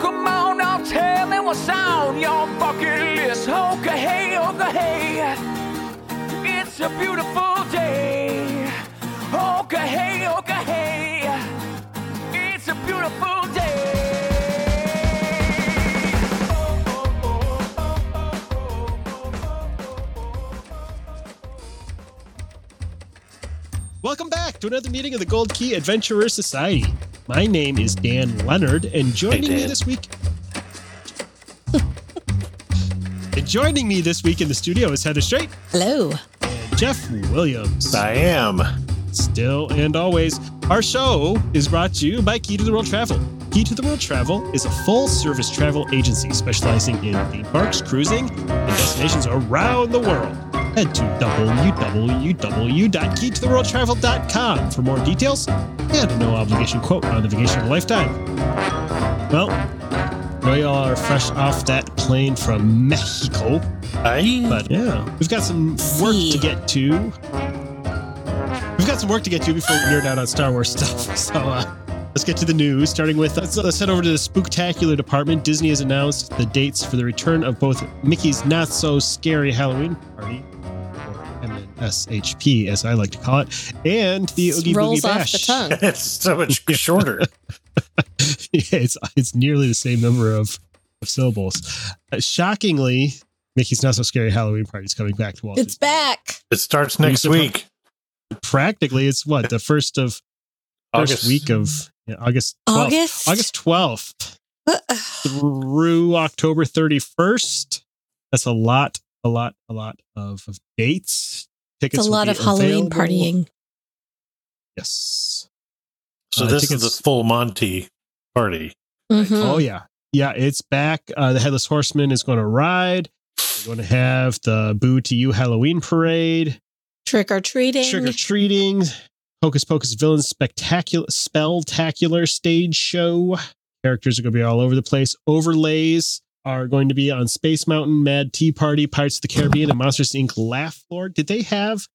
come on, now tell me what's on your bucket list. Oh, Okay, hey, okay, hey. It's a beautiful day. Oh, Okay, hey, okay, hey. It's a beautiful Welcome back to another meeting of the Gold Key Adventurer Society. My name is Dan Leonard, and joining me Dan. this week. and joining me this week in the studio is Heather Straight Hello. and Jeff Williams. I am. Still and always, our show is brought to you by Key to the World Travel. Key to the World Travel is a full service travel agency specializing in theme parks, cruising, and destinations around the world. Head to www.keytotheworldtravel.com for more details and a no obligation quote on the vacation of a lifetime. Well, we all are fresh off that plane from Mexico, I but yeah, we've got some work to Sí. get to. We've got some work to get to before we nerd out on Star Wars stuff. So uh, let's get to the news, starting with let's, let's head over to the spooktacular department. Disney has announced the dates for the return of both Mickey's Not So Scary Halloween Party, or MNSHP as I like to call it, and the Oogie rolls Boogie off Bash. the tongue. it's so much shorter. yeah, it's it's nearly the same number of, of syllables. Uh, shockingly, Mickey's Not So Scary Halloween Party is coming back to Walt It's Disney. back. It starts next Lucifer. week. practically it's what the first of August first week of yeah, August 12th, August? August twelfth through October thirty first. That's a lot, a lot, a lot of, of dates. Tickets. It's a will lot be of Halloween available. partying. Yes. So Uh, this is tickets- the full Monty party. Mhm. Oh yeah, yeah. It's back. Uh, the headless horseman is going to ride. We're going to have the Boo to You Halloween parade. Trick or treating. trick or treating, Hocus Pocus villain spectacular spectacular stage show. Characters are going to be all over the place. Overlays are going to be on Space Mountain, Mad Tea Party, Pirates of the Caribbean, and Monsters Inc. Laugh Lord. Did they have?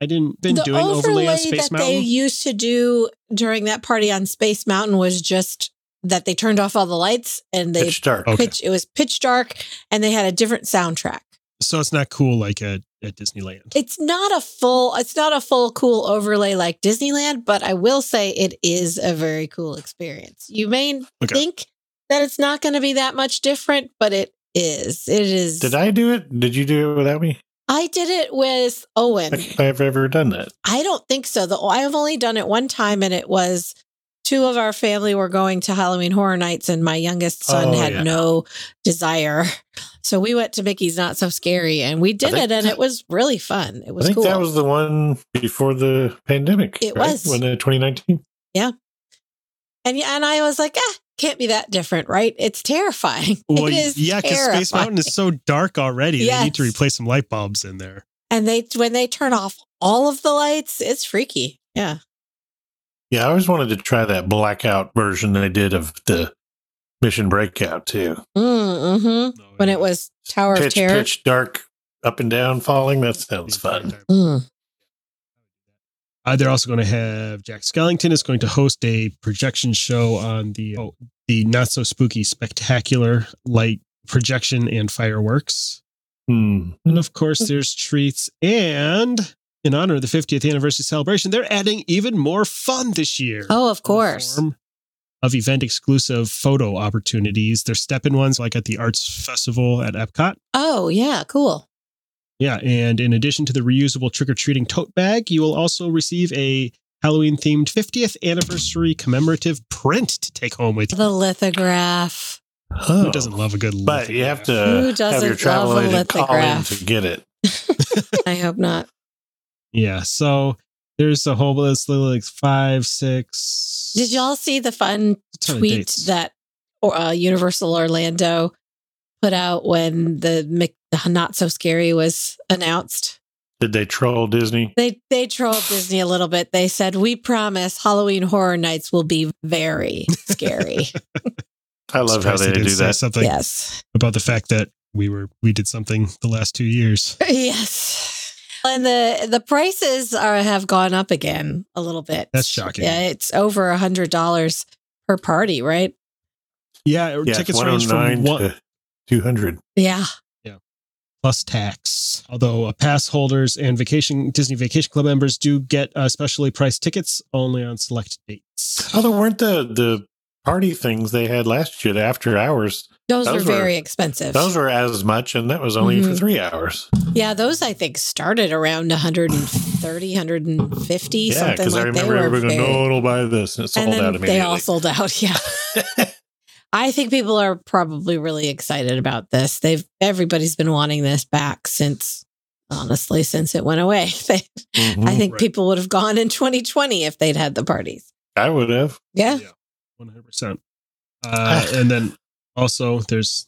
I didn't been the doing overlay on Space that they Mountain. used to do during that party on Space Mountain was just that they turned off all the lights and they Pitch dark. Okay. pitch. It was pitch dark, and they had a different soundtrack. so it's not cool like at, at Disneyland. It's not a full. It's not a full cool overlay like Disneyland, but I will say it is a very cool experience. You may Okay. think that it's not going to be that much different, but it is. It is. Did I do it? Did you do it without me? I did it with Owen. I don't think I've ever done that. I don't think so. The, I have only done it one time, and it was two of our family were going to Halloween Horror Nights, and my youngest son Oh, had yeah. no desire. So we went to Mickey's Not So Scary, and we did think it, and that- it was really fun. It I was think cool. that was the one before the pandemic. It was. when uh, 2019. and yeah, and I was like, ah, can't be that different, right? It's terrifying. Well, it is yeah, because Space terrifying. Mountain is so dark already. They need to Yes. replace some light bulbs in there. And they when they turn off all of the lights, it's freaky. Yeah. Yeah, I always wanted to try that blackout version they did of the Mission Breakout too. Mm, hmm When it was Tower of Pitch, Terror. pitch dark, up and down, falling. That sounds fun. Mm. Uh, they're also going to have Jack Skellington is going to host a projection show on the oh, the not so spooky spectacular light projection and fireworks. Hmm. And of course, there's treats and in honor of the 50th anniversary celebration, they're adding even more fun this year. Oh, of in the course. form Of event exclusive photo opportunities. They're stepping ones like at the Arts Festival at Epcot. Oh, yeah, cool. Yeah, and in addition to the reusable trick or treating tote bag, you will also receive a Halloween themed 50th anniversary commemorative print to take home with you. The lithograph. Oh. Who doesn't love a good But you have to Who have doesn't your travel love a agent call in lithograph? to get it. I hope not. Yeah, so there's a whole list like five, six. Did y'all see the fun ton of tweet dates. that or uh, Universal Orlando put out when the Mc- the Not So Scary was announced. Did they troll Disney? They they trolled Disney a little bit. They said, "We promise Halloween Horror Nights will be very scary." I love how Surprised they didn't do say that. Something yes, about the fact that we were we did something the last two years. yes. And the the prices are have gone up again a little bit. That's shocking. Yeah, it's over a hundred dollars per party, right? Yeah, Yeah, tickets range from 109 one, oh to 200. Yeah. plus tax. Although uh, pass holders and vacation Disney Vacation Club members do get uh, specially priced tickets only on select dates. Oh, there weren't the, the party things they had last year, the after hours. Those, Those are very were- expensive. Those were as much, and that was only for Mhm. three hours. yeah, those I think started around 130, 150, yeah, something because like I remember they were everybody very, going, no, it'll buy this. And it sold and out then immediately. they all sold out. Yeah. I think people are probably really excited about this. They've everybody's been wanting this back since honestly since it went away. They, Mhm. I think right. people would have gone in 2020 if they'd had the parties. I would have. Yeah. one hundred percent. Uh, And then also there's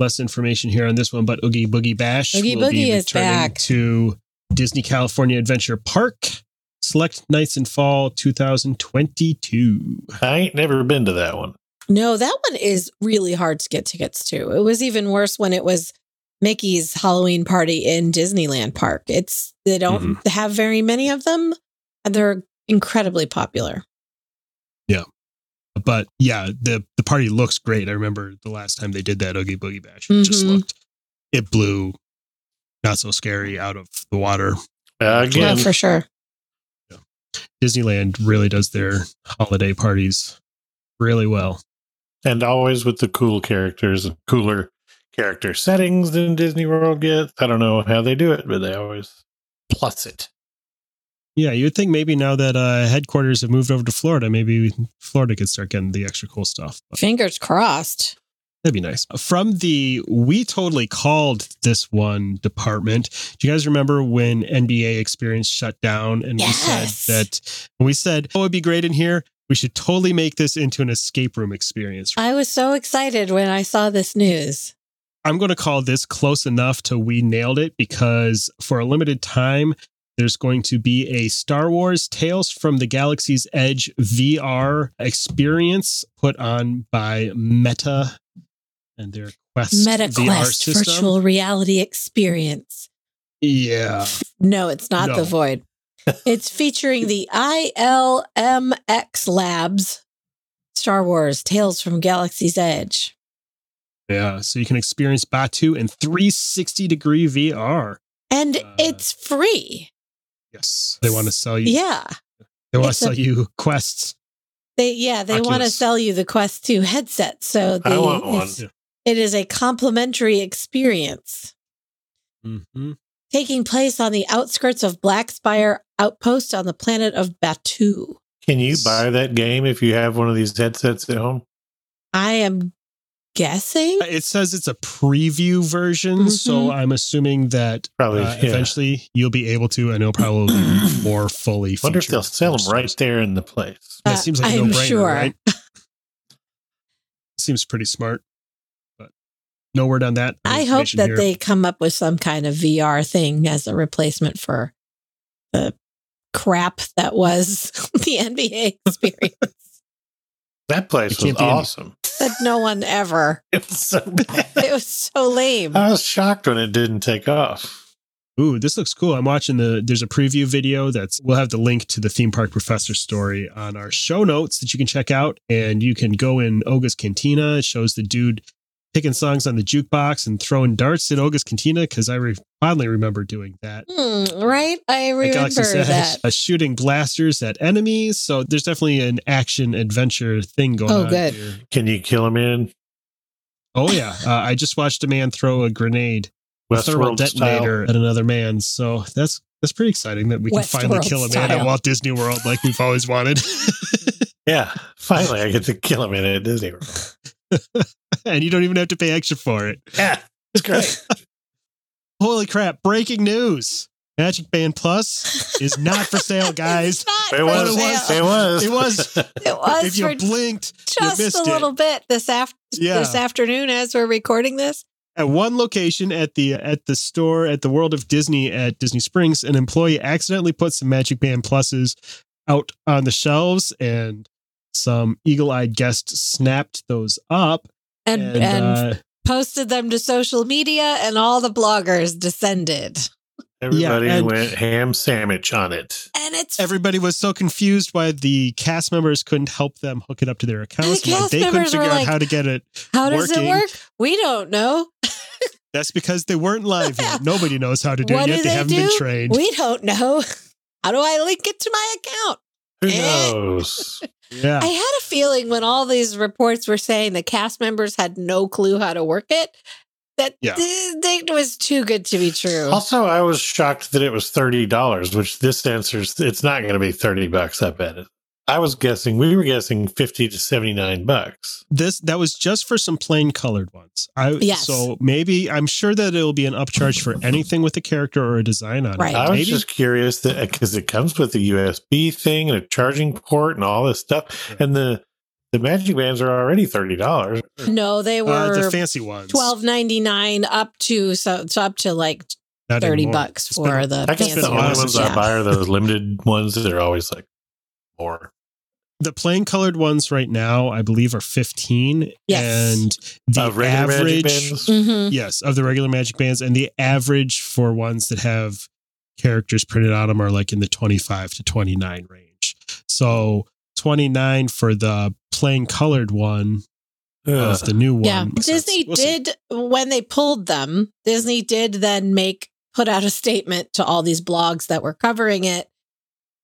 less information here on this one, but Oogie Boogie Bash Oogie will be Boogie is returning back. to Disney California Adventure Park. Select nights in fall 2022. I ain't never been to that one. No, that one is really hard to get tickets to. It was even worse when it was Mickey's Halloween party in Disneyland Park. It's they don't have very many of them, and they're incredibly popular. But yeah, the the party looks great. I remember the last time they did that Oogie Boogie Bash. It just Mhm. looked it blew not so scary out of the water. Uh, Yeah, again, for sure. Disneyland really does their holiday parties really well. and always with the cool characters and cooler character settings than Disney World gets. I don't know how they do it, but they always plus it. Yeah, you'd think maybe now that uh, headquarters have moved over to Florida, maybe Florida could start getting the extra cool stuff. But Fingers crossed. that'd be nice. From the we totally called this one department. Do you guys remember when NBA Experience shut down and Yes. we said that when we said, "Oh, it'd be great in here." We should totally make this into an escape room experience. I was so excited when I saw this news. I'm going to call this close enough to we nailed it because for a limited time, there's going to be a Star Wars Tales from the Galaxy's Edge VR experience put on by Meta and their Quest Meta VR Quest system. virtual reality experience. Yeah. No, it's not No. the void. it's featuring the ILMX Labs Star Wars Tales from Galaxy's Edge. Yeah. So you can experience Batu in 360 degree VR. And Uh, it's free. Yes. They want to sell you. Yeah. They want to it's a- sell you quests. They yeah, they want to Oculus. sell you the Quest 2 headset. So the I want one. it's- it is a complimentary experience. Mm-hmm. taking place on the outskirts of Blackspire Outpost on the planet of Batu. Can you buy that game if you have one of these headsets at home? I am guessing. It says it's a preview version, so Mhm. I'm assuming that Probably. Uh, yeah. Eventually, you'll be able to, and it'll probably be more fully. Wonder if featured they'll sell them right versions. there in the place. That seems like a Uh, I'm no-brainer, sure. right? Seems pretty smart, but no word on that. No I hope information that here. they come up with some kind of VR thing as a replacement for the crap that was the NBA experience That place It was can't be in- awesome. that no one ever. It was so It bad. was so lame. Uh, I was shocked when it didn't take off. Ooh, this looks cool. I'm watching the. There's a preview video that's. We'll have the link to the theme park professor story on our show notes that you can check out, and you can go in Oga's Cantina. It shows the dude picking songs on the jukebox and throwing darts at Oga's Cantina because I re- fondly remember doing that. Hmm, right? I Like remember Galaxy said, that. uh, shooting blasters at enemies. So there's definitely an action adventure thing going Oh, on. good. here. Can you kill him in Oh yeah, uh, I just watched a man throw a grenade, a thermal Westworld detonator style? at another man. So that's that's pretty exciting that we can finally Westworld kill a man style. at Walt Disney World like we've always wanted. Yeah, finally I get to kill him in it at Disney World. and you don't even have to pay extra for it. Yeah, it's great. Holy crap! Breaking news. Magic Band Plus is not for sale, guys. It's not It for was. It sale. was. It was. It was if you for blinked, just missed a it. little bit this after Yeah. this afternoon as we're recording this. at one location at the at the store at the World of Disney at Disney Springs, an employee accidentally put some Magic Band pluses out on the shelves, and some eagle-eyed guest snapped those up And and, uh, and, posted them to social media and all the bloggers descended. Everybody and- went ham sandwich on it. And it's everybody was so confused why the cast members couldn't help them hook it up to their accounts. and The why cast they couldn't members were figure out like, how to get it. how does working. it work? We don't know. That's because they weren't live yet. Nobody knows how to do What it do yet. They they haven't been do? trained. We don't know. How do I link it to my account? Who Eh. knows? yeah. I had a feeling when all these reports were saying the cast members had no clue how to work it, that Yeah. th- it was too good to be true. also, I was shocked that it was thirty dollars, which this answers it's not going to be thirty bucks. I bet it. I was guessing we were guessing fifty to seventy nine bucks. this that was just for some plain colored ones. I Yes. so maybe I'm sure that it'll be an upcharge for anything with a character or a design on Right. it. I was Maybe just curious that because it comes with a USB thing and a charging port and all this stuff, and the the magic bands are already thirty dollars. No, they uh, were the fancy ones. twelve ninety nine up to so, so up to like Not thirty anymore. bucks It's for been- the I guess fancy the only ones, ones yeah. I buy are those limited ones. They're always like more. the plain colored ones right now, I believe, are fifteen. Yes. and the Uh, regular magic average, Mm. bands. Mhm. yes, of the regular magic bands, and the average for ones that have characters printed on them are like in the twenty-five to twenty-nine range. So twenty-nine for the plain colored one Uh, of the new one. Yeah, makes sense. Disney We'll see. did when they pulled them. Disney did then make put out a statement to all these blogs that were covering it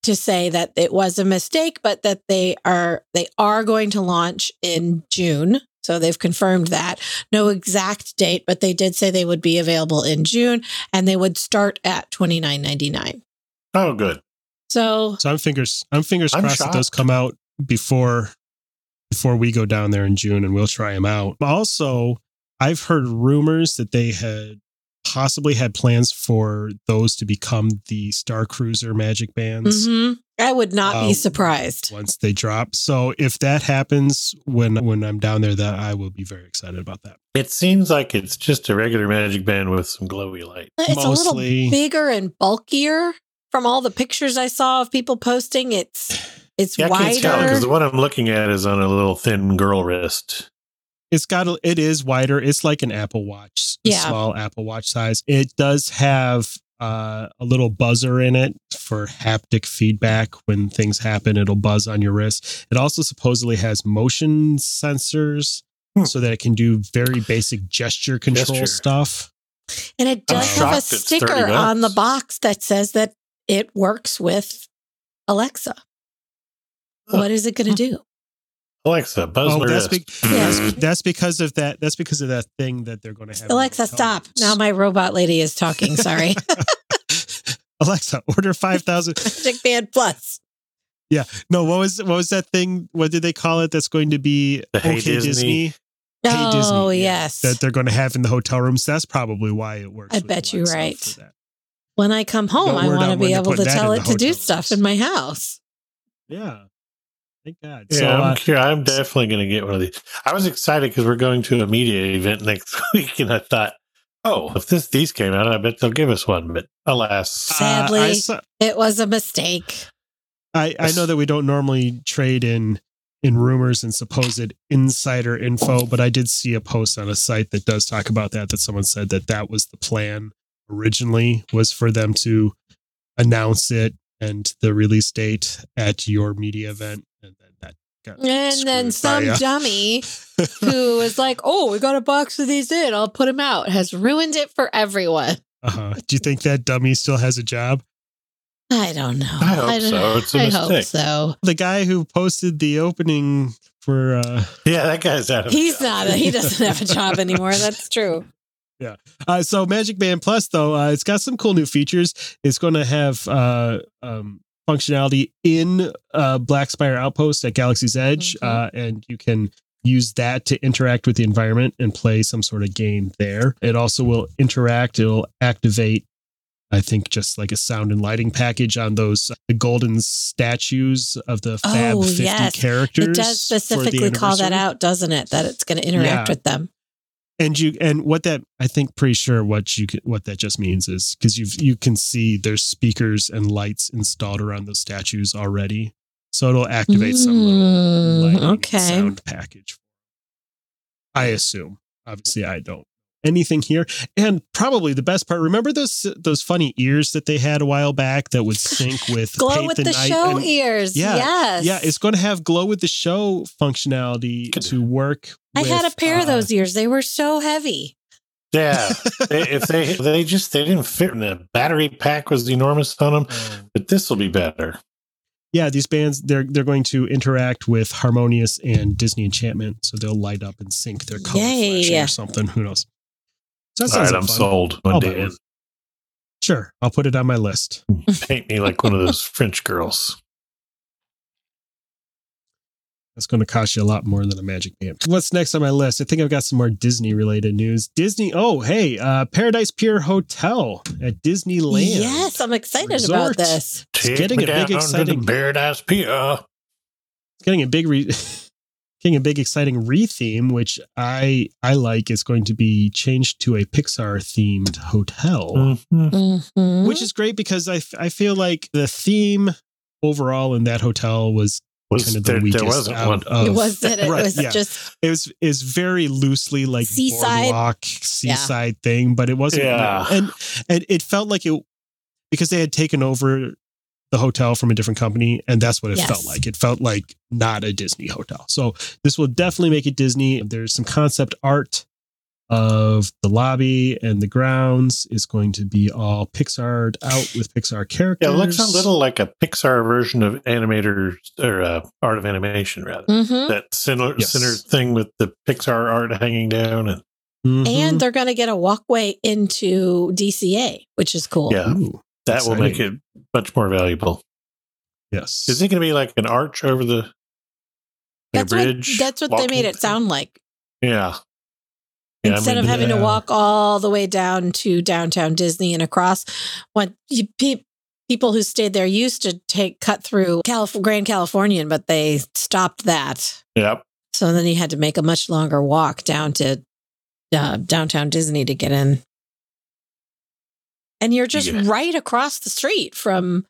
to say that it was a mistake, but that they are they are going to launch in June. So they've confirmed that. No exact date, but they did say they would be available in June and they would start at twenty nine ninety nine. Oh, good. So So I'm fingers I'm fingers I'm crossed that those shocked. come out before before we go down there in June and we'll try them out. Also, I've heard rumors that they had possibly had plans for those to become the Star Cruiser magic bands mhm, I would not Um, be surprised. once they drop. So if that happens when when I'm down there that I will be very excited about that. It seems like it's just a regular magic band with some glowy light. It's a Mostly- little bigger and bulkier from all the pictures I saw of people posting. It's it's Yeah, I can't tell because the wider. one I'm looking at is on a little thin girl wrist. It's got a, it is wider. It's like an Apple Watch, a Yeah. small Apple Watch size. It does have uh, a little buzzer in it for haptic feedback when things happen. It'll buzz on your wrist. It also supposedly has motion sensors Hmm. so that it can do very basic gesture control Gesture. stuff. And it I'm does have a shocked it's 30 sticker on the bucks. box that says that it works with Alexa. Huh. What is it going to do? Alexa, buzz Oh, my that's, wrist. be- Yes. that's because of that. That's because of that thing that they're going to have. in the Alexa, hotel stop. rooms. Now my robot lady is talking. Sorry. Alexa, order five thousand. Magic Band Plus. No, what was what was that thing? What did they call it? That's going to be The Hey Disney. Hey Disney, oh, yeah, yes. that they're going to have in the hotel rooms. That's probably why it works. I with bet you Alexa right. for that. when I come home, But I we're want to not one be to able put to that tell in it the to do hotel rooms. stuff in my house. Yeah. Thank God. Yeah, so, I'm, uh, cur- I'm definitely going to get one of these. I was excited because we're going to a media event next week, and I thought, oh, if this these came out, I bet they'll give us one. But alas, Sadly, uh, I, saw- It was a mistake. I, I know that we don't normally trade in in rumors and supposed insider info, but I did see a post on a site that does talk about that. That someone said that that was the plan originally was for them to announce it and the release date at your media event, and then that got And then some screwed by, uh, dummy who was like, "Oh, we got a box of these in. I'll put them out." Has ruined it for everyone. Uh-huh. Do you think that dummy still has a job? I don't know. I hope don't- so. It's a Uh, I mistake. hope so. The guy who posted the opening for uh, yeah, that guy's out of. He's job. not. He doesn't have a job anymore. That's true. uh, so Magic Band Plus though, uh, it's got some cool new features. It's going to have uh, um, functionality in uh, Black Spire Outpost at Galaxy's Edge, Mhm. uh, and you can use that to interact with the environment and play some sort of game there. It also will interact. It'll activate. I think just like a sound and lighting package on those uh, the golden statues of the Fab Oh, 50 yes. characters. It for the does specifically call that anniversary. out, doesn't it? That it's going to Yeah. interact with them. and you and what that i think pretty sure what you c- what that just means is because you've you can see there's speakers and lights installed around those statues already so it'll activate some little Mm, lighting and okay. sound package i assume obviously i don't anything here and probably the best part remember those those funny ears that they had a while back that would sync with Glow Paint with the, Night show and- ears. Yeah, yes. yeah it's going to have glow with the show functionality Good. to work I had a with, pair uh, of those ears. They were so heavy. Yeah, they, if they they just they didn't fit, and the battery pack was enormous on them. But this will be better. Um, yeah, these bands they're they're going to interact with Harmonious and Disney Enchantment, so they'll light up and sync their color Yay. flashing or something. Who knows? So that All sounds right, like I'm fun. sold. One I'll buy day, one. Sure, I'll put it on my list. paint me like one of those French girls. That's going to cost you a lot more than a magic band. What's next on my list? I think I've got some more Disney related news. Disney. Oh, hey, uh, Paradise Pier Hotel at Disneyland. Yes, I'm excited Resort. about this. It's getting a big to exciting. the Paradise Pier. it's getting a big re- getting a big exciting re-theme which i i like is going to be changed to a pixar themed hotel Mhm. Mhm. which is great because I, f- I feel like the theme overall in that hotel was Was kind of the there, weakest there wasn't out one. of- it was that it Right, was yeah. just it was is very loosely like Seaside. boardwalk seaside thing but it wasn't Yeah. and and it felt like it because they had taken over the hotel from a different company and that's what it Yes. felt like it felt like not a disney hotel so this will definitely make it disney there's some concept art of the lobby and the grounds is going to be all pixar out with pixar characters Yeah, it looks a little like a Pixar version of animator or uh, Art of Animation, rather. Mhm. That center, Yes. center thing with the Pixar art hanging down, and Mhm. Mm-hmm. and they're going to get a walkway into DCA, which is cool. yeah, Ooh, that will make it exciting. much more valuable. yes Is it going to be like an arch over the, like a That's what, bridge? that's what they made walking it sound like. thing? Yeah. Yeah, I Instead mean, of having yeah. to walk all the way down to downtown Disney and across, what you, pe- people who stayed there used to take cut through Calif- Grand Californian, but they stopped that. Yep. So then you had to make a much longer walk down to uh, downtown Disney to get in. And you're just Yeah. right across the street from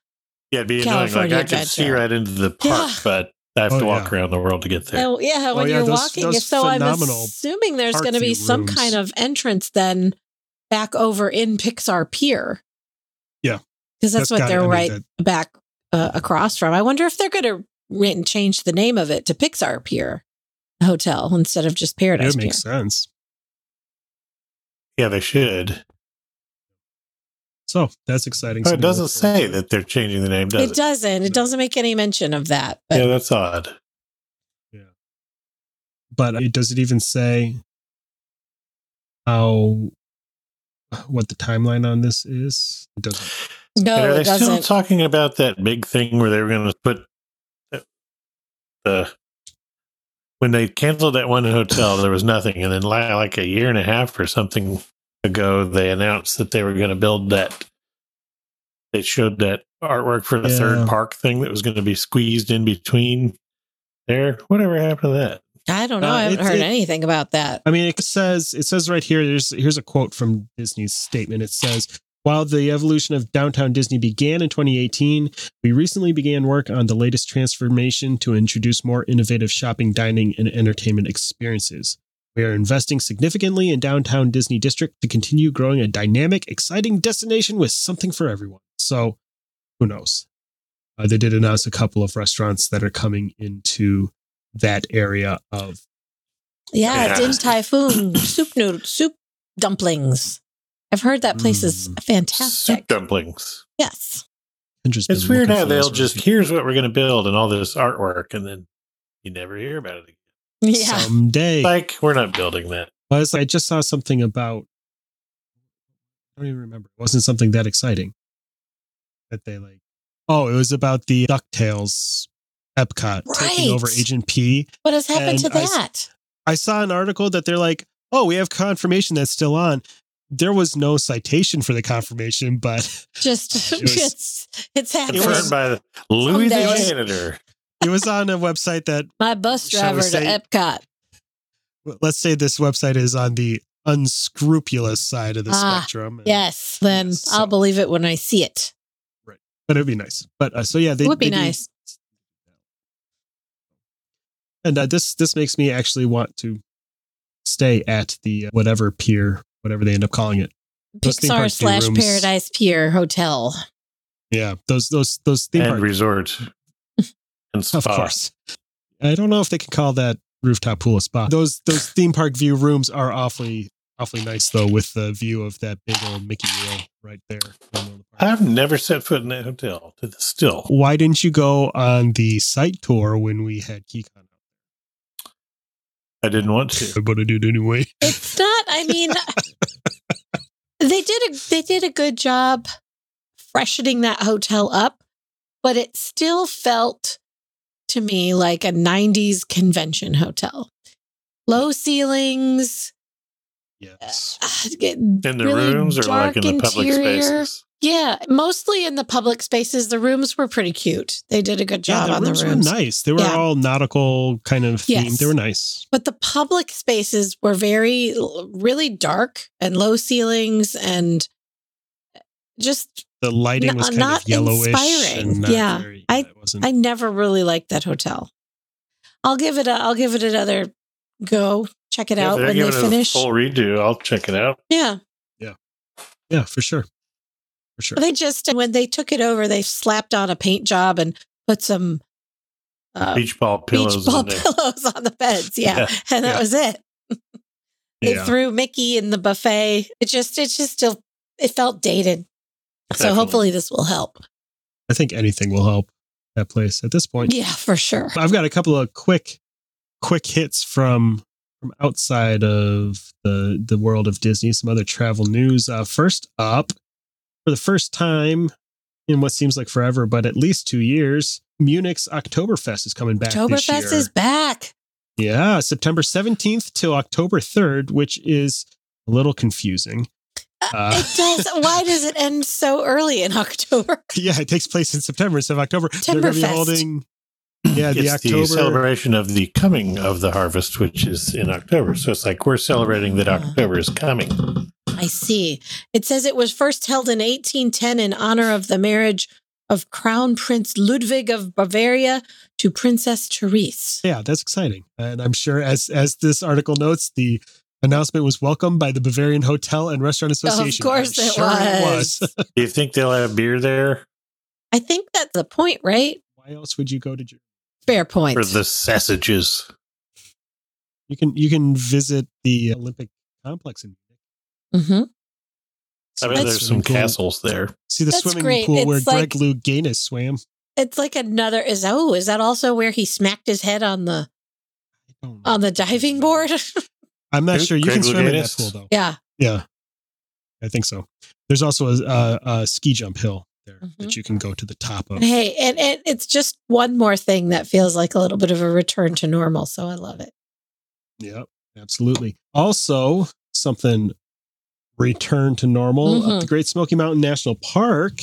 Yeah, it'd be annoying. Like, California I can see Adventure. right into the park, Yeah. but I have Oh, to walk yeah. around the world to get there. Oh yeah, Oh, when yeah, you're those- walking. those so I'm phenomenal assuming there's park going to be view some rooms. kind of entrance then back over in Pixar Pier. Yeah. because that's, what got- they're I mean, right that- back uh, across from. I wonder if they're going to re- change the name of it to Pixar Pier Hotel instead of just yeah, Paradise it Pier. makes sense Yeah, they should. so that's exciting Oh, So it doesn't say that they're changing the name, does It it? doesn't. It No. doesn't make any mention of that. But Yeah, that's odd. but it does it even say how what the timeline on this is? It doesn't. And no, are it they still doesn't. talking about that big thing where they were going to put uh, the when they canceled that one hotel, there was nothing, and then li- like a year and a half or something ago, they announced that they were going to build that. They showed that artwork for the Yeah. third park thing that was going to be squeezed in between there. Whatever happened to that? I don't know. Uh, I haven't it's- heard it- anything about that. I mean, it says it says right here. There's here's a quote from Disney's statement. It says, "While the evolution of downtown Disney began in 2018, we recently began work on the latest transformation to introduce more innovative shopping, dining, and entertainment experiences. We are investing significantly in downtown Disney District to continue growing a dynamic, exciting destination with something for everyone." So, who knows? Uh, they did announce a couple of restaurants that are coming into that area of Yeah, Yeah. Din Typhoon soup noodle soup dumplings. I've heard that place is Mm. Soup fantastic. dumplings. Yes. Andrew's It's been weird looking how for those they'll just recipes. here's what we're going to build and all this artwork, and then you never hear about it again. Yeah. someday. Like we're not building that. Plus, I just saw something about. I don't even remember. It wasn't something that exciting. That they like. Oh, it was about the Ducktales, Epcot taking over Right. Agent P. what has happened And to I s- that? I saw an article that they're like, oh, we have confirmation that's still on. there was no citation for the confirmation, but Just It was- it's it's happening. Confirmed by the Louis the Someday. janitor. it was on a website that My bus Shall driver we say- to Epcot. let's say this website is on the unscrupulous side of the Ah, spectrum. and- Yes, then Yes, so- I'll believe it when I see it. but it'd be nice. But uh, so yeah, they It would be they do- nice. And uh, this this makes me actually want to stay at the uh, whatever pier, whatever they end up calling it. Those theme Pixar parks do slash rooms- Paradise Pier Hotel. Yeah, those those those theme and parks, resort and spa. of course. I don't know if they can call that rooftop pool a spa. Those those theme park view rooms are awfully awfully nice though, with the view of that big old Mickey wheel right there. I've never set foot in that hotel to the still. Why didn't you go on the site tour when we had KeyCon? I didn't want to. But I did anyway. It's not. I mean, they did a they did a good job freshening that hotel up, but it still felt to me like a '90s convention hotel. Low ceilings. Yes. ah, get In the really rooms or like in dark the public interior. spaces? Yeah, mostly in the public spaces. The rooms were pretty cute. They did a good job the on rooms the rooms. were nice. They were Yeah. all nautical kind of Yes. themed. They were nice. But the public spaces were very, really dark and low ceilings and eh, just, The lighting N- was kind not of yellowish. inspiring. And not Yeah. very- uh, I- it Mm. wasn't, I never really liked that hotel. I'll give it a, I'll give it another go. Check it Yeah, out they're when they giving it a finish. full redo. I'll check it out. yeah. yeah, for sure. For sure. They just, when they took it over, they slapped on a paint job and put some uh, beach Beach ball pillows. ball in there. pillows on the beds. Yeah. And that Yeah. was it. They yeah. threw Mickey in the buffet. It just, it just still, it felt dated. So Definitely. hopefully this will help. I think anything will help that place at this point. Yeah, for sure. I've got a couple of quick, quick hits from from outside of the the world of Disney. Some other travel news. Uh, first up, for the first time in what seems like forever, but at least two years, Munich's Oktoberfest is coming back. this Oktoberfest year. is back. Yeah, September 17th till October 3rd, which is a little confusing. Uh, Uh, it does. Why does it end so early in October? Yeah, it takes place in September instead of October. They're gonna be Timberfest. holding Yeah, the it's October the celebration of the coming of the harvest, which is in October. So it's like we're celebrating that Uh-huh. October is coming. I see. It says it was first held in 1810 in honor of the marriage of Crown Prince Ludwig of Bavaria to Princess Therese. Yeah, that's exciting. And I'm sure as as this article notes, the announcement was welcomed by the Bavarian Hotel and Restaurant Of Association. I'm course it, sure was. Do you think they'll have beer there I think that's the point, right? Why else would you go to Germany? Fair point. for the sausages? You can you can visit the Olympic complex and hmm I mean, That's there's some cool. castles there. see the That's swimming great. pool It's where like- Greg Lou Gaines swam. It's like another is oh, is that also where he smacked his head on the I don't know. on the diving board? I'm not Who? sure. You Greg can swim in that Louganis? pool though. yeah. Yeah, I think so. There's also a, a, a ski jump hill there Mhm. that you can go to the top of. Hey, and, and it's just one more thing that feels like a little bit of a return to normal. So I love it. Yep, absolutely. Also, something return to normal. Uh, Mhm. the Great Smoky Mountain National Park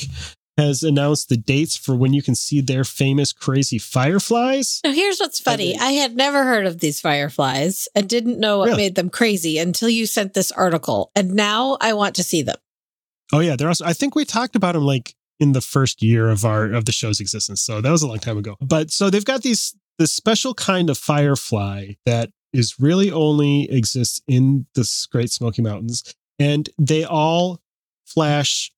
has announced the dates for when you can see their famous crazy fireflies. Now, here's what's funny. mean- I had never heard of these fireflies and didn't know what Really? made them crazy until you sent this article. And now I want to see them. Oh yeah, they're also. I think we talked about them like in the first year of our of the show's existence. So that was a long time ago. But so they've got these this special kind of firefly that is really only exists in the s- Great Smoky Mountains, and they all flash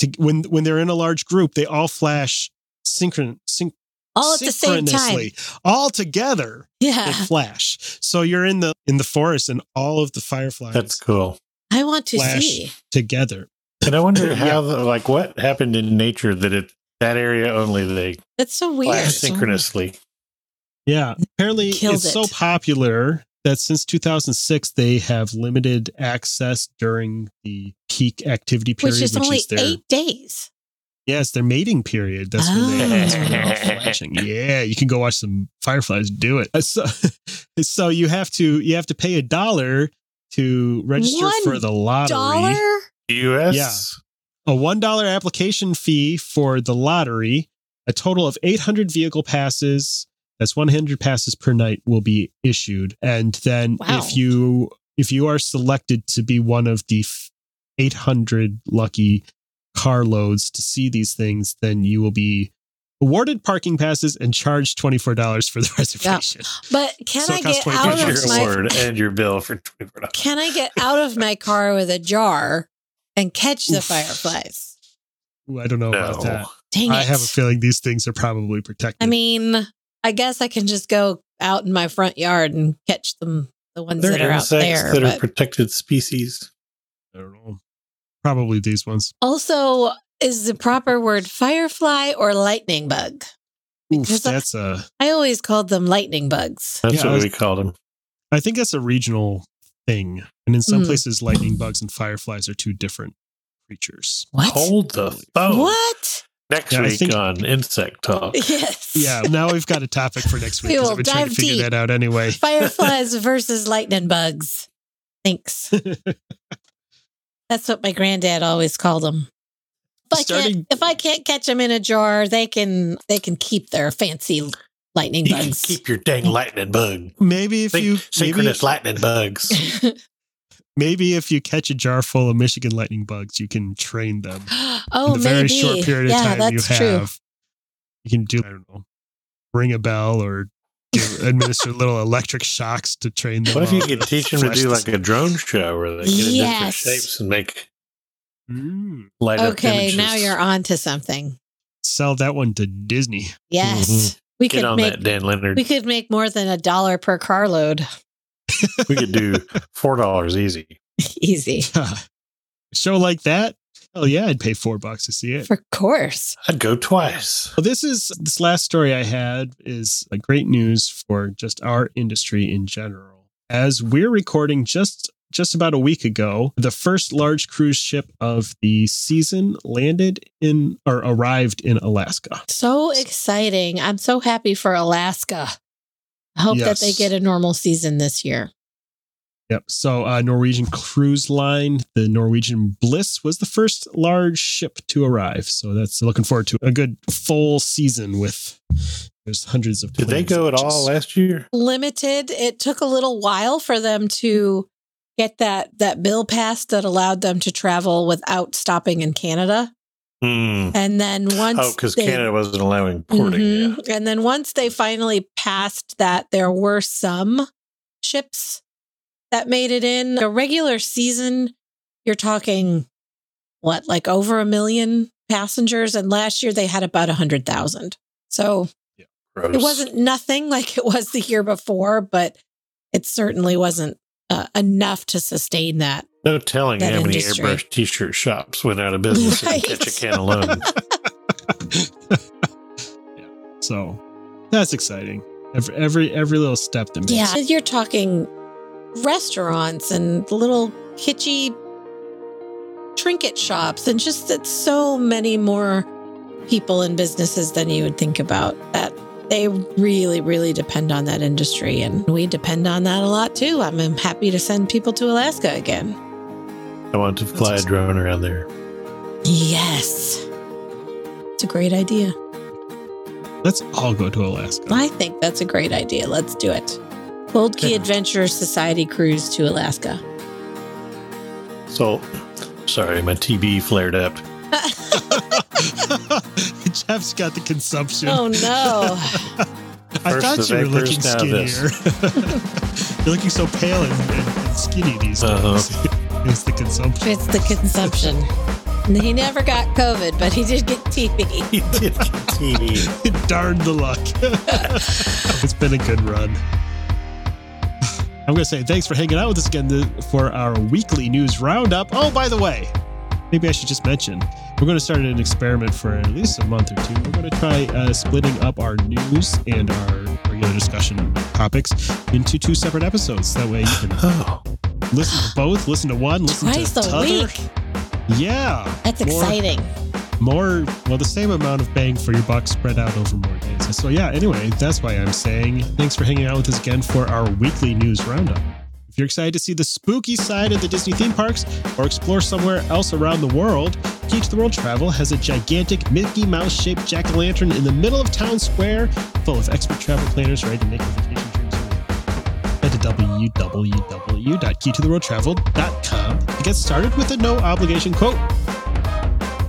to when when they're in a large group. They all flash synchron synch- All at the same time. Uh-huh. synchronously, all together. They Yeah. flash. So you're in the in the forest, and all of the fireflies That's cool. I want to Flash. see. together. And I wonder Yeah. how, the, like, what happened in nature that it that area only they That's so weird. flash synchronously. Yeah. Apparently, Killed it's so it. popular that since 2006, they have limited access during the peak activity period, Which is only their, eight days. yeah, it's their mating period. That's when Oh. they that's when they're all flashing. Yeah, you can go watch some fireflies do it. Uh, So, so you have to you have to pay a dollar to register One for the lottery. Dollar? U.S. A $1 application fee for the lottery. A total of 800 vehicle passes. That's 100 passes per night will be issued. And then Wow. if you if you are selected to be one of the f- 800 lucky carloads to see these things, then you will be awarded parking passes and charged $24 for the reservation. But can So I it costs get Get out 25 your of my award and your bill for twenty four dollars. Can I get out of my car with a jar and catch the Oof. fireflies? Ooh, I don't know about that. No, Dang it. I have a feeling these things are probably protected. I mean, I guess I can just go out in my front yard and catch them, the ones they're that are out insects there. that are but protected species. I don't know. Probably these ones. also, is the proper word firefly or lightning bug? Oof, Because I- that's a. I always called them lightning bugs. That's Yeah, I what was- we called them. I think that's a regional thing, and in some Mm. places, lightning bugs and fireflies are two different creatures. What? Hold the phone. What? Next Yeah, I week think- on insect talk. Yes. Yeah, now we've got a topic for next week We because will I've been trying to dive figure deep. that out anyway. Fireflies versus lightning bugs. Thanks. That's what my granddad always called them. If I, Starting- can't, if I can't catch them in a jar, they can they can keep their fancy lightning You can bugs. keep your dang lightning bug. Maybe if Think- you maybe, synchronous lightning bugs. maybe if you catch a jar full of Michigan lightning bugs, you can train them. in oh, the very maybe. short period of yeah, time you that's have, true. you can do I don't know, ring a bell or give, administer little electric shocks to train them. What if you all. could teach them to do Flash like a drone show where they get in different Yes. shapes and make Mm. light up Okay, images? now you're on to Mm-hmm. something. sell that one to Disney. Yes, Mhm. we Get could on make that, Dan Leonard. we could make more than a dollar per carload. we could do four dollars easy. Easy, A show like that? Hell yeah, I'd pay four bucks to see it. of course. I'd go twice. Well, this is this last story I had is uh, great news for just our industry in general. As we're recording just just about a week ago, the first large cruise ship of the season landed in or arrived in Alaska. So exciting! I'm so happy for Alaska. I hope that they Yes. get a normal season this year. Yep. So, uh, Norwegian Cruise Line, the Norwegian Bliss, was the first large ship to arrive. So that's looking forward to a good full season with there's hundreds of. Did they plane go at all launches. last year? limited. It took a little while for them to get that that bill passed that allowed them to travel without stopping in Canada. Mm. And then once Oh, because they- Canada wasn't allowing porting. Mhm. Yeah. And then once they finally passed that, there were some ships that made it in. A regular season, you're talking what, like over a million passengers, and last year they had about a hundred thousand. So Gross. it wasn't nothing like it was the year before, but it certainly wasn't uh, enough to sustain that. No telling that how many industry. airbrush T-shirt shops went out of business Right. and catch a can alone. So that's exciting. Every every every little step that makes. Yeah, you're talking restaurants and little kitschy trinket shops, and just that so many more people and businesses than you would think about. That they really, really depend on that industry, and we depend on that a lot too. I'm I'm happy to send people to Alaska again. I want to fly a drone around there. Yes, it's a great idea. Let's all go to Alaska. I think that's a great idea. Let's do it. Cold Key Adventure Society cruise to Alaska. So, sorry, my TB flared up. Jeff's got the consumption. oh no. I First thought the you were looking vapors, now skinnier. You're looking so pale and, and, and skinny these Uh-huh. days. it's the consumption. It's the consumption. And He never got COVID, but he did get TB. He did get TB. Darn the luck. it's been a good run. I'm going to say thanks for hanging out with us again th- for our weekly news roundup. Oh, by the way, maybe I should just mention we're going to start an experiment for at least a month or two. We're going to try uh, splitting up our news and our regular discussion topics into two separate episodes. That way you can Oh, listen to both, listen to one, listen Twice to a t'other. week. Yeah, That's E More. exciting. more well, the same amount of bang for your buck spread out over more days. So yeah, anyway, that's why I'm saying thanks for hanging out with us again for our weekly news roundup. If If you're excited to see the spooky side of the Disney theme parks or explore somewhere else around the world, Key to the World Travel has a gigantic Mickey Mouse shaped jack o' lantern in the middle of town square full of expert travel planners ready to make your vacation dreams a reality. Head to www.keytotheworldtravel.com to get started with a no obligation quote.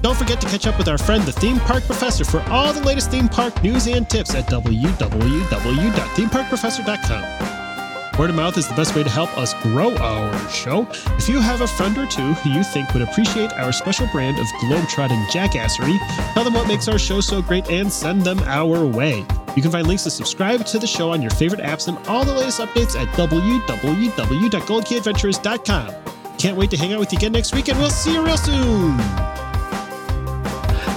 Don't forget to catch up with our friend, the Theme Park Professor, for all the latest theme park news and tips at www.themeparkprofessor.com. Word of mouth is the best way to help us grow our show. If you have a friend or two who you think would appreciate our special brand of globetrotting jackassery, tell them what makes our show so great and send them our way. You can find links to subscribe to the show on your favorite apps and all the latest updates at www.goldkeyadventures.com. Can't wait to hang out with you again next week, and we'll see you real soon!